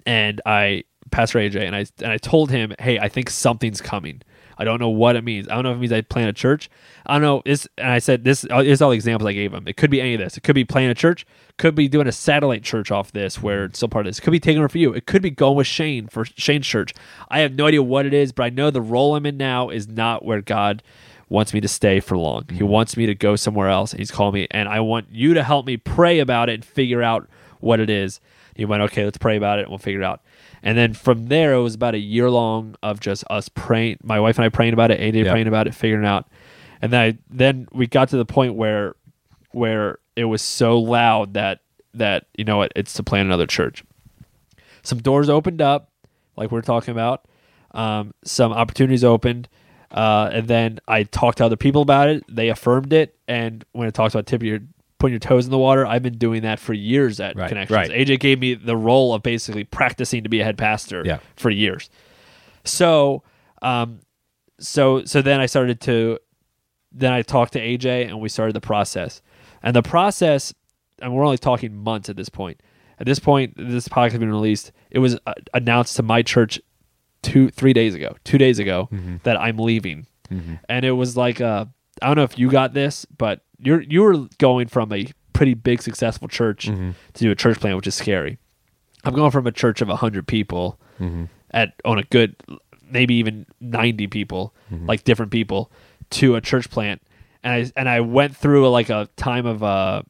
and I Pastor AJ and I and I told him, hey, I think something's coming. I don't know what it means. I don't know if it means I plant a church. I don't know. It's, and I said this uh, is all the examples I gave him. It could be any of this. It could be playing a church. Could be doing a satellite church off this where it's still part of this. Could be taking over for you. It could be going with Shane for Shane's church. I have no idea what it is, but I know the role I'm in now is not where God wants me to stay for long. He wants me to go somewhere else. He's calling me, and I want you to help me pray about it and figure out what it is. He went, okay, let's pray about it and we'll figure it out. And then from there, it was about a year long of just us praying, my wife and I praying about it, AJ Yeah. praying about it, figuring it out. And then, I, then we got to the point where, where it was so loud that, that, you know what, it's to plant another church some doors opened up, like we are talking about. Um, some opportunities opened, uh, and then I talked to other people about it. They affirmed it, and when it talks about tipping your putting your toes in the water, I've been doing that for years at Right, Connections. right. AJ gave me the role of basically practicing to be a head pastor Yeah. for years. So Um, so so then I started to, then I talked to AJ and we started the process, and the process, and we're only talking months at this point. At this point, this podcast has been released. It was uh, announced to my church two three days ago, two days ago that I'm leaving, and it was like uh, I don't know if you got this, but you're you were going from a pretty big successful church Mm. to do a church plan, which is scary. I'm going from a church of 100 people at on a good maybe even 90 people, like different people to a church plant and I and I went through like a time of uh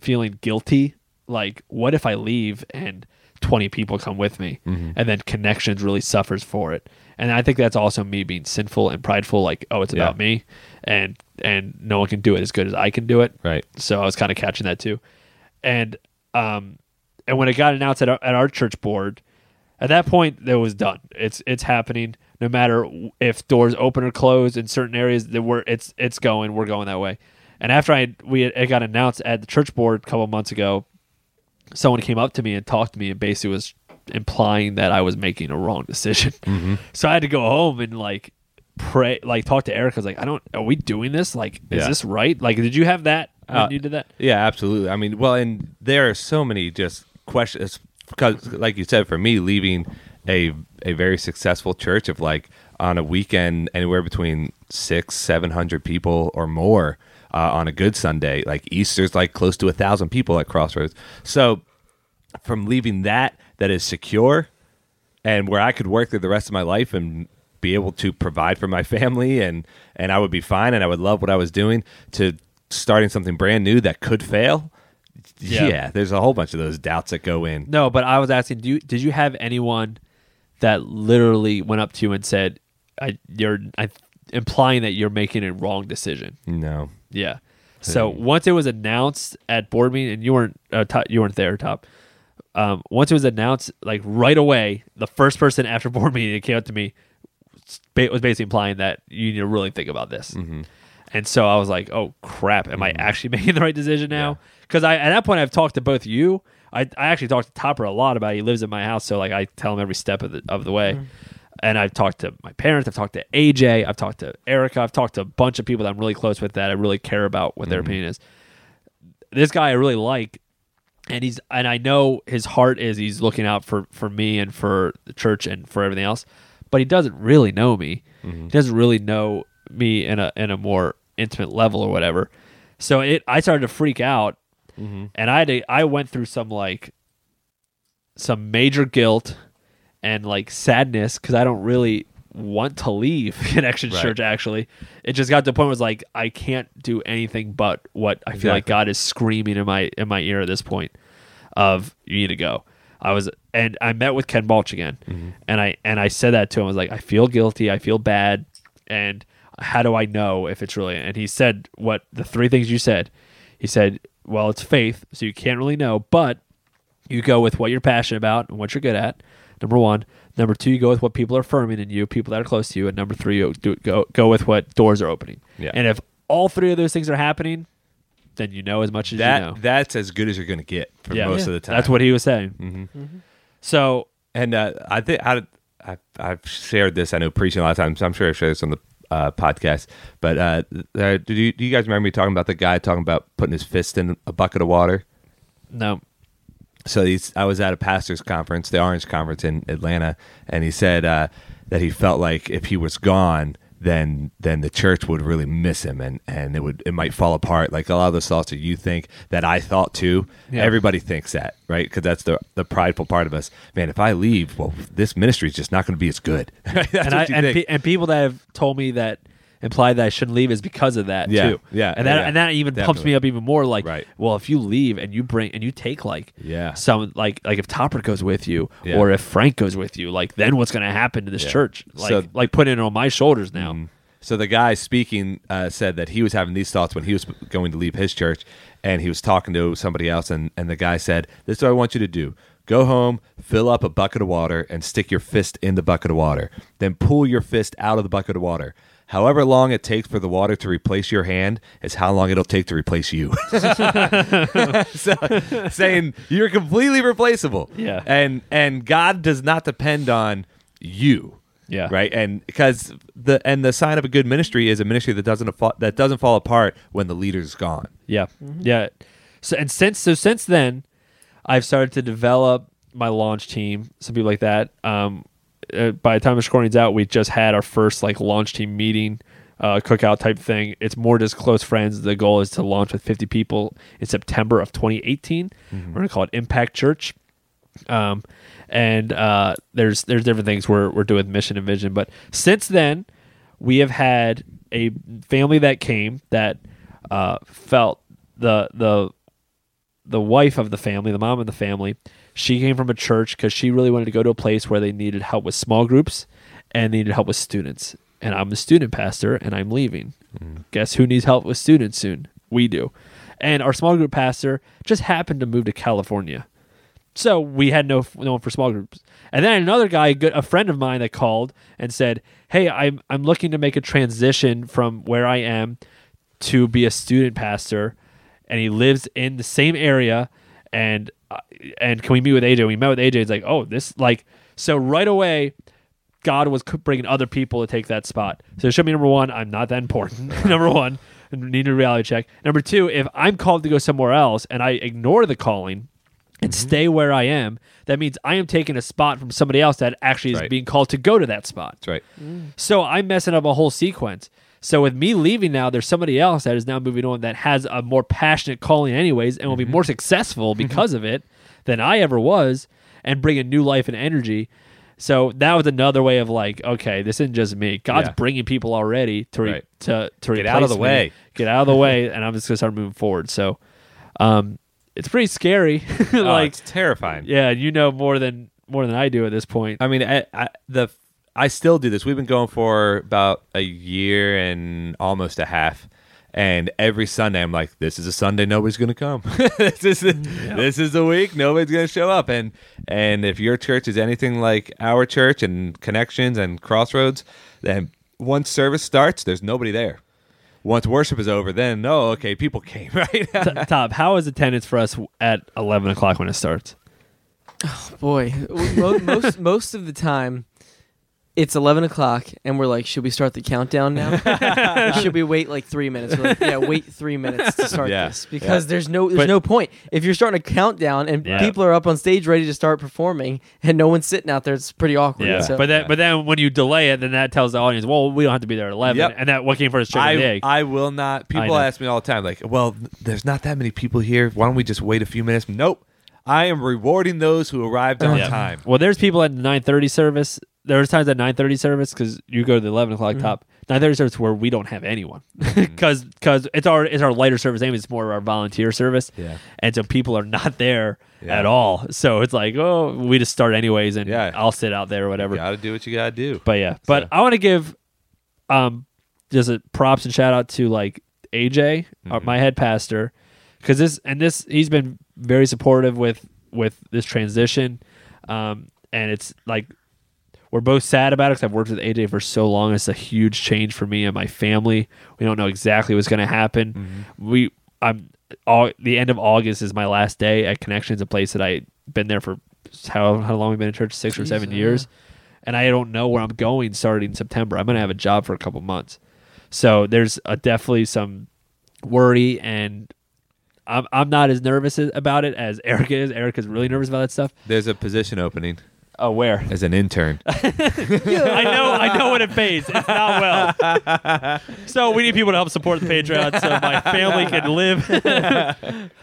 feeling guilty, like what if I leave and 20 people come with me and then connections really suffers for it. And I think that's also me being sinful and prideful like oh it's about Yeah. me and and no one can do it as good as I can do it Right. so I was kind of catching that too. And um, and when it got announced at our, at our church board, at that point it was done. It's it's happening. No matter w- if doors open or close in certain areas, that we're it's it's going. We're going that way. And after I we had, it got announced at the church board a couple months ago, someone came up to me and talked to me and basically was implying that I was making a wrong decision. Mm-hmm. So I had to go home and like pray, like talk to Eric. I was like, I don't, are we doing this? Like, is Yeah. this right? Like, did you have that when Uh, you did that? Yeah, absolutely. I mean, well, and there are so many just questions because, like you said, for me, leaving a a very successful church of like on a weekend anywhere between six, seven hundred people or more uh, on a good Sunday, like Easter's like close to a thousand people at Crossroads. So from leaving that that is secure and where I could work through the rest of my life and be able to provide for my family and and I would be fine and I would love what I was doing to starting something brand new that could fail. Yeah. Yeah, there's a whole bunch of those doubts that go in. No, but I was asking, do you, did you have anyone that literally went up to you and said, I, you're, I, implying that you're making a wrong decision? No. Yeah. So once it was announced at board meeting, and you weren't uh, top, you weren't there, top. Um, once it was announced, like right away, the first person after board meeting that came up to me s- ba- was basically implying that you need to really think about this. And so I was like, "Oh crap! Am I actually making the right decision now?" Because I at that point I've talked to both you. I, I actually talked to Topper a lot about. It. He lives in my house, so like I tell him every step of the of the way. And I've talked to my parents. I've talked to AJ. I've talked to Erica. I've talked to a bunch of people that I'm really close with that I really care about what their opinion is. This guy I really like, and he's and I know his heart is he's looking out for for me and for the church and for everything else, but he doesn't really know me. He doesn't really know me in a in a more intimate level or whatever. So it I started to freak out, and I had to, I went through some like some major guilt and like sadness because I don't really want to leave Connection Right. Church. Actually, it just got to the point where it was like I can't do anything but what I feel like Exactly. God is screaming in my in my ear at this point of you need to go. I was and I met with Ken Balch again, and I and I said that to him. I was like, I feel guilty. I feel bad, and how do I know if it's really? And he said what the three things you said. He said, well, it's faith, so you can't really know, but you go with what you're passionate about and what you're good at. Number one. Number two, you go with what people are affirming in you, people that are close to you, and number three, you do, go go with what doors are opening. Yeah. And if all three of those things are happening, then you know as much as That you know. that's as good as you're going to get for most of the time. Mm. Mm-hmm. That's what he was saying. So And uh, I think I, I I've shared this. I know preaching a lot of times. I'm sure I've shared this on the uh, podcast. But uh, there, do you do you guys remember me talking about the guy talking about putting his fist in a bucket of water? no, so he's, I was at a pastor's conference, the Orange Conference in Atlanta, and he said uh, that he felt like if he was gone, then then the church would really miss him, and, and it would it might fall apart. Like a lot of those thoughts that you think that I thought too. Yeah. Everybody thinks that, right? Because that's the the prideful part of us. Man, if I leave, well, this ministry is just not going to be as good. that's and I what you and, think. pe- and people that have told me that implied that I shouldn't leave is because of that Yeah, too. yeah, and that yeah, and that even pumps definitely. me up even more. Like, Right. well, if you leave and you bring and you take like Yeah. some like like if Topper goes with you Yeah. or if Frank goes with you, like then what's going to happen to this Yeah. church? Like So- Mm-hmm. like putting it on my shoulders now. So the guy speaking uh, said that he was having these thoughts when he was going to leave his church, and he was talking to somebody else, and, and the guy said, "This is what I want you to do: go home, fill up a bucket of water, and stick your fist in the bucket of water. Then pull your fist out of the bucket of water. However long it takes for the water to replace your hand is how long it'll take to replace you." so, saying you're completely replaceable. Yeah. And and God does not depend on you. Yeah. right and because the and the sign of a good ministry is a ministry that doesn't affa- that doesn't fall apart when the leader's gone Yeah. Yeah. So and since so since then, I've started to develop my launch team, some people like that. Um, uh, by the time the scoring's out, we just had our first like launch team meeting, uh, cookout type thing. It's more just close friends. The goal is to launch with 50 people in September of 2018. We're gonna call it Impact Church. Um, and uh, there's there's different things we're we're doing with mission and vision. But since then, we have had a family that came that uh, felt the the the wife of the family, the mom of the family, she came from a church because she really wanted to go to a place where they needed help with small groups and they needed help with students. And I'm the student pastor and I'm leaving. Guess who needs help with students soon? We do. And our small group pastor just happened to move to California. So we had no no one for small groups. And then another guy, a good- a friend of mine, that called and said, "Hey, I'm I'm looking to make a transition from where I am to be a student pastor, and he lives in the same area, and uh, and can we meet with AJ? We met with AJ. It's like, oh, this like so right away." God was co- bringing other people to take that spot. So it showed me number one, I'm not that important. number one, I need a reality check. Number two, if I'm called to go somewhere else and I ignore the calling and stay where I am, that means I am taking a spot from somebody else that actually is Right. being called to go to that spot. that's right So I'm messing up a whole sequence. So with me leaving now, there's somebody else that is now moving on that has a more passionate calling, anyways, and will Mm-hmm. be more successful because of it than I ever was, and bring a new life and energy. So that was another way of like, okay, this isn't just me. God's Yeah. bringing people already to re- Right. to to Get out replace of the me. way. get out of the way, and I'm just gonna start moving forward. So, um, it's pretty scary. like like, Oh, it's terrifying yeah, you know more than more than I do at this point. I mean, I, I the I still do this. We've been going for about a year and almost a half. And every Sunday, I'm like, "This is a Sunday nobody's going to come. this is the, this is the week nobody's going to show up." And and if your church is anything like our church and connections and crossroads, then once service starts, there's nobody there. Once worship is over, then oh, okay, people came, right? T- Top, how is attendance for us at 11 o'clock when it starts? Boy, mo- most most of the time, it's eleven o'clock, and we're like, should we start the countdown now? or should we wait like three minutes? We're like, yeah, wait three minutes to start Yeah, this because yeah. there's no there's But- no point if you're starting a countdown and Yeah. people are up on stage ready to start performing and no one's sitting out there. It's pretty awkward. so- but then but then when you delay it, then that tells the audience, well, we don't have to be there at 11. Yep. And that what came first, chicken and I, egg. I will not. People know. ask me all the time, like, well, there's not that many people here. Why don't we just wait a few minutes? Nope. I am rewarding those who arrived on Yeah. time. Well, there's people at the 9:30 service. There's times at 9:30 service because you go to the 11 o'clock Mm-hmm. top. 9:30 service where we don't have anyone because it's our it's our lighter service. Anyway, it's more of our volunteer service. Yeah. and so people are not there Yeah. at all. So it's like, oh, we just start anyways, and Yeah. I'll sit out there or whatever. Got to do what you got to do. But yeah, but So- I want to give um just a props and shout out to like AJ, uh my head pastor, because this and this he's been very supportive with with this transition, um, and it's like we're both sad about it because I've worked with AJ for so long. It's a huge change for me and my family. We don't know exactly what's going to happen. We I'm all the end of August is my last day at Connections, a place that I've been there for how how long we've been in church six or seven Jeez, yeah. years, and I don't know where I'm going starting September. I'm going to have a job for a couple months, so there's uh definitely some worry and. I'm, I'm not as nervous as- about it as Erica is. Erica's really nervous about that stuff. There's a position opening Oh, where? as an intern. I know, I know what it pays. It's not well. So we need people to help support the Patreon so my family can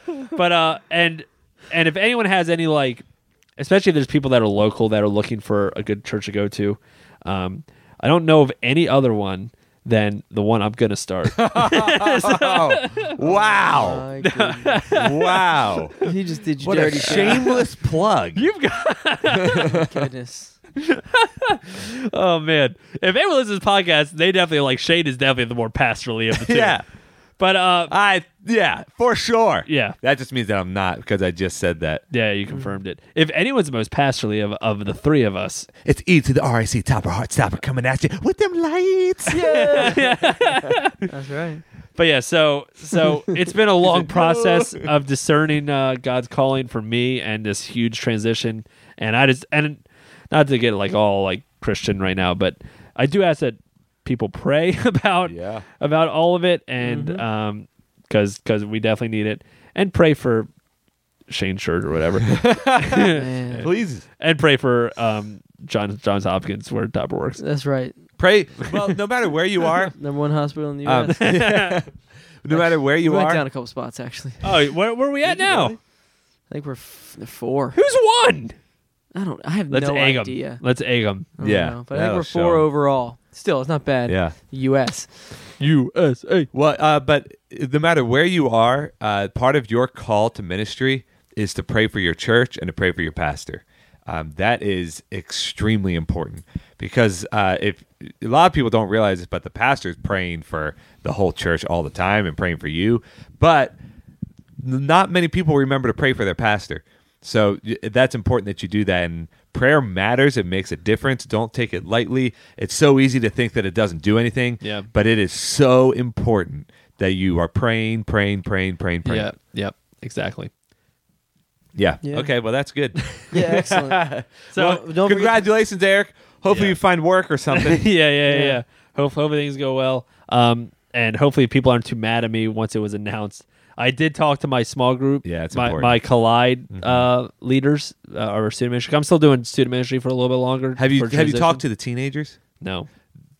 live. but uh, and and if anyone has any like, especially if there's people that are local that are looking for a good church to go to, um, I don't know of any other one than the one I'm gonna start. oh, wow. My goodness. wow. you just did your What a dirty shameless plug. You've got. shame. Goodness. Oh man, if anyone listens to this podcast, they definitely like Shane is definitely the more pastorally of the two. Yeah. But uh, I yeah, for sure. Yeah. That just means that I'm not because I just said that. Yeah, you confirmed it. If anyone's the most pastorally of, of the three of us, It's E to the RIC topper heart stopper coming at you with them lights. Yeah. That's right. but yeah, so so it's been a long process of discerning uh, God's calling for me and this huge transition, and I just and not to get like all like Christian right now, but I do ask that people pray about Yeah. about all of it, and Mm-hmm. because because we definitely need it, and pray for Shane Shirt or whatever, Man. Please and pray for um, John Johns Hopkins where Topper works. That's right. pray. Well, no matter where you are, Number one hospital in the Um, U.S. no matter where you we went are, down a couple spots actually. Oh, where, where are we at now? I think we're f- four. Who's won? I don't. I have Let's no egg idea. him. Let's egg him. I don't Yeah, know, but I think that'll we're four show. overall. Still, it's not bad. yeah. U.S. USA. Well, uh, but no matter where you are, uh, part of your call to ministry is to pray for your church and to pray for your pastor. Um, that is extremely important because uh, if a lot of people don't realize this, but the pastor is praying for the whole church all the time and praying for you, but not many people remember to pray for their pastor. So y- that's important that you do that. And prayer matters. It makes a difference. Don't take it lightly. It's so easy to think that it doesn't do anything. Yeah. But it is so important that you are praying, praying, praying, praying, praying. Yeah, yep, exactly. Yeah. Yeah. Okay. Well, that's good. Yeah, excellent. So Well, don't forget- congratulations, Eric. Hopefully Yeah. you find work or something. yeah, yeah, yeah. Yeah. yeah. Hopefully, hopefully things go well. Um, and hopefully people aren't too mad at me once it was announced. I did talk to my small group, Yeah, it's my, important. Mm-hmm. my Collide uh, leaders uh, or student ministry. I'm still doing student ministry for a little bit longer. have you for have you transition. talked to the teenagers? No.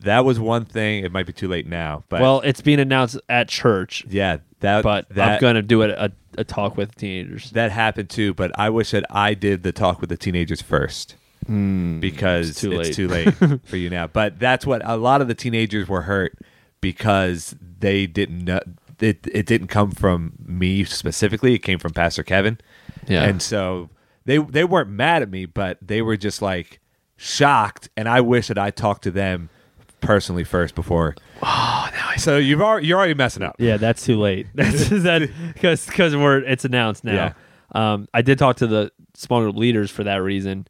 That was one thing. It might be too late now, but Well, it's being announced at church, yeah, that but that I'm gonna do it a, a talk with teenagers. that happened too. But I wish that I did the talk with the teenagers first. because Hmm. it's too too, late. late for you now. But that's what a lot of the teenagers were hurt because they didn't know it. It didn't come from me specifically. It came from Pastor Kevin. Yeah. and so they they weren't mad at me, but they were just like shocked. And I wish that I talked to them personally first before. so you've already you're already messing up. Yeah, that's too late. That's that because because we're it's announced now. Um, I did talk to the small group leaders for that reason,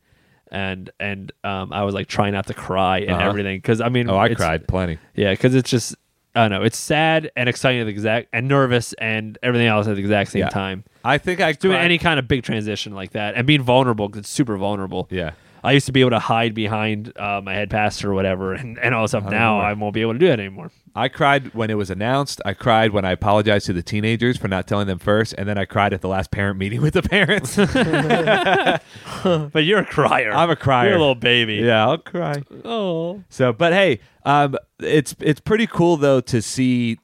and and um, I was like trying not to cry and Uh-huh. everything because I mean, Oh, I it's- cried plenty. Yeah, because it's just I don't know. It's sad and exciting at the exact and nervous and everything else at the exact same Yeah. time. I think I Doing cried- any kind of big transition like that and being vulnerable 'cause it's super vulnerable. Yeah. I used to be able to hide behind uh, my head pastor or whatever, and, and all this stuff. Now remember. I won't be able to do that anymore. I cried when it was announced. I cried when I apologized to the teenagers for not telling them first, and then I cried at the last parent meeting with the parents. But you're a crier. I'm a crier. You're a little baby. yeah, I'll cry. Oh. So, but hey, um, it's it's pretty cool though to see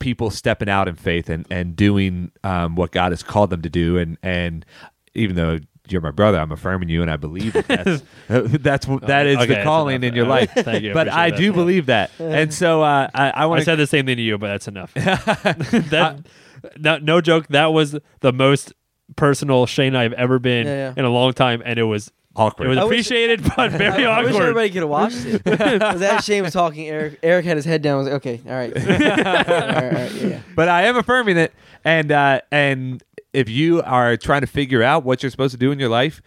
people stepping out in faith and and doing um, what God has called them to do. And and even though you're my brother, I'm affirming you, and I believe that that's that's what- that is Okay, the that's calling enough. in your life. Thank you. But appreciate I that. do believe that, and so uh, I, I I want said the same thing to you, but that's enough. that, no, no joke. That was the most personal Shane I've ever been Yeah, yeah. in a long time, and it was awkward. it was I wish- appreciated, but very I wish awkward. everybody could have watched it. Was that Shane was talking? Eric Eric had his head down. Was like, okay, all right, all right, all right, yeah. but I am affirming it. And uh, and if you are trying to figure out what you're supposed to do in your life,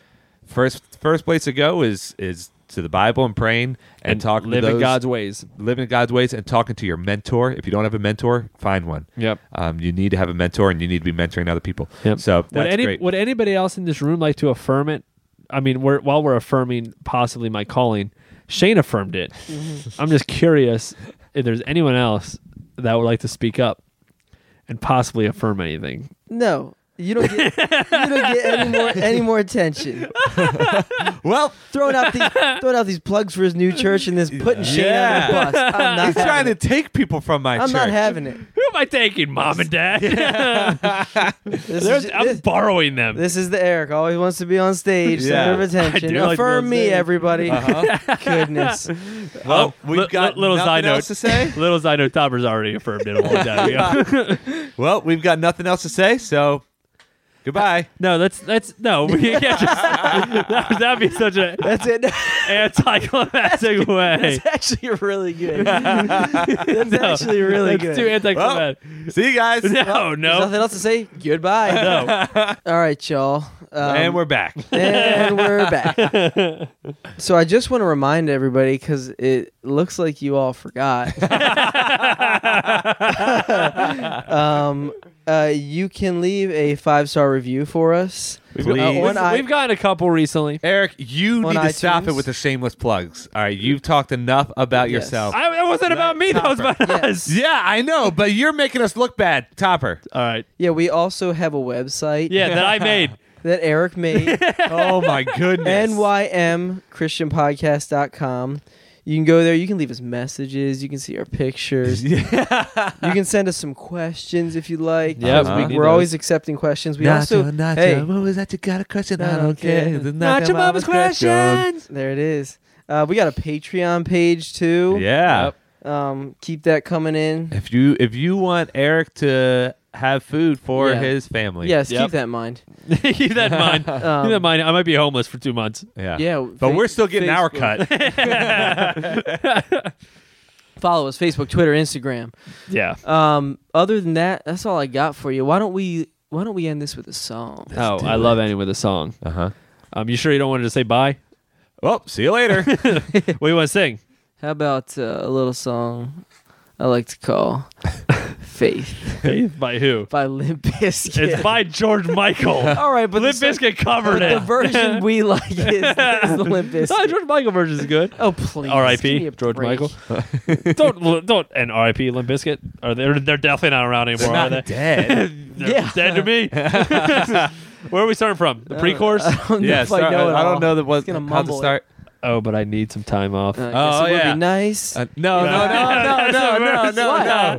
first first place to go is is to the Bible and praying and, talking living to those, God's ways. living God's ways and talking to your mentor. If you don't have a mentor, find one. Yep. Um, you need to have a mentor and you need to be mentoring other people. Yep. So that's Would any great. would anybody else in this room like to affirm it? I mean, we're, while we're affirming possibly my calling, Shane affirmed it. Mm-hmm. I'm just curious if there's anyone else that would like to speak up and possibly affirm anything. No, you don't get you don't get any more any more attention. well, Throwing out these throwing out these plugs for his new church and this putting Shane Yeah. on the bus. I'm not he's having trying to it. take people from my I'm church. not having it. Who am I taking, mom and dad? This There's- is, I'm this, borrowing them. this is the Eric always wants to be on stage, Yeah. center of I attention. do like to be on Affirm me, stage. everybody. Uh-huh. Goodness. well, Um, we've li- got li- little nothing side note else to say. Little side note, Topper's already affirmed it a long time ago. well, we've got nothing else to say. So goodbye. no, that's that's no. We can't just that, that'd be such an That's it. anticlimactic way. That's actually really good. That's actually really That's good. too Well, anticlimactic. see you guys. no, There's no, nothing else to say. Goodbye. no. All right, y'all. Um, and we're back. and we're back. So I just want to remind everybody because it looks like you all forgot. um, uh, you can leave a five star review for us. got- uh, Please. one eye- We've gotten a couple recently. Eric, you On need to stop iTunes. it with the shameless plugs. All right, you've talked enough about Yes. yourself. I, that wasn't about me. That was about Yeah. us. yeah, I know, but you're making us look bad, Topper. All right. Yeah, we also have a website Yeah, that I made. that Eric made, oh my goodness. nymchristianpodcast.com. You can go there. You can leave us messages. You can see our pictures. Yeah. You can send us some questions if you like. Yeah, 'cause we we, need we're those. always accepting questions. We also hey, what was that? You got a question? I don't care. It's Not your mama's questions. there it is. Uh, we got a Patreon page too. Yeah. Yep. Um, keep that coming in. If you if you want Eric to have food for Yeah. his family. Yes, Yep. keep that in mind. Keep that in mind. Keep Um, that in mind. I might be homeless for two months. Yeah. Yeah, But Fa- we're still getting our Facebook. cut. Follow us: Facebook, Twitter, Instagram. Yeah. Um, other than that, that's all I got for you. Why don't we? Why don't we end this with a song? oh, I love ending with a song. Uh huh. Um, you sure you don't want to say bye? Well, see you later. What do you want to sing? How about uh, a little song I like to call "Faith" Faith by who? by Limp Bizkit. It's by George Michael. all right, but Limp the, song- Bizkit covered the it. version we like is, is the Limp No, Bizkit. George Michael version is good. Oh please, give me R.I.P. a George break. Michael. don't don't and R.I.P. Limp Bizkit. Are they? They're definitely not around anymore. not are they? dead. They're Yeah. dead to me. Where are we starting from? The pre-course. Uh, I don't know yeah, if I start- know it I all. don't know that was He's gonna how to mumble it. start. Oh, but I need some time off. Uh, I All guess Oh, it would yeah. be nice. Uh, no, no, no, no, no, no, no,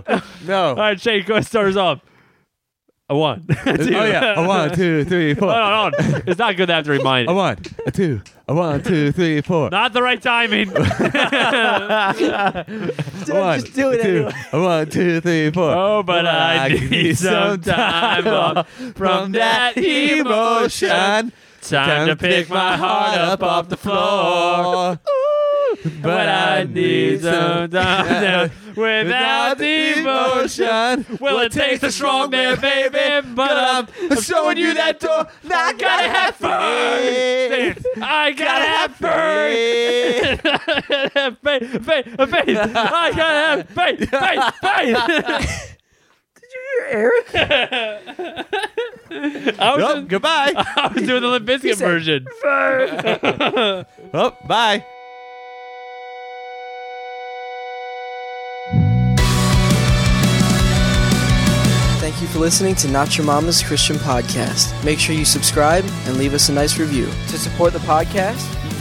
no, no. right, Shane, go ahead, start us off. A one. oh Oh yeah, a one, two, three, four. Hold on, hold on. It's not good to have to remind. A it. one, a two, a one, two, three, four. Not the right timing. Dude, a one, just do it two, anyway. A one, two, three, four. oh, but I need some time off from that emotion. Time to pick my heart up off the floor. But I need some time without emotion. Well, it takes a strong man, baby, but I'm, I'm showing you that door. I gotta have faith. I gotta have faith. faith, faith, faith. I gotta have faith, faith, faith. Eric, I was, Oh, goodbye. I was doing the Limp Bizkit said, version. Oh, bye. thank you for listening to Not Your Mama's Christian Podcast. Make sure you subscribe and leave us a nice review. To support the podcast, you can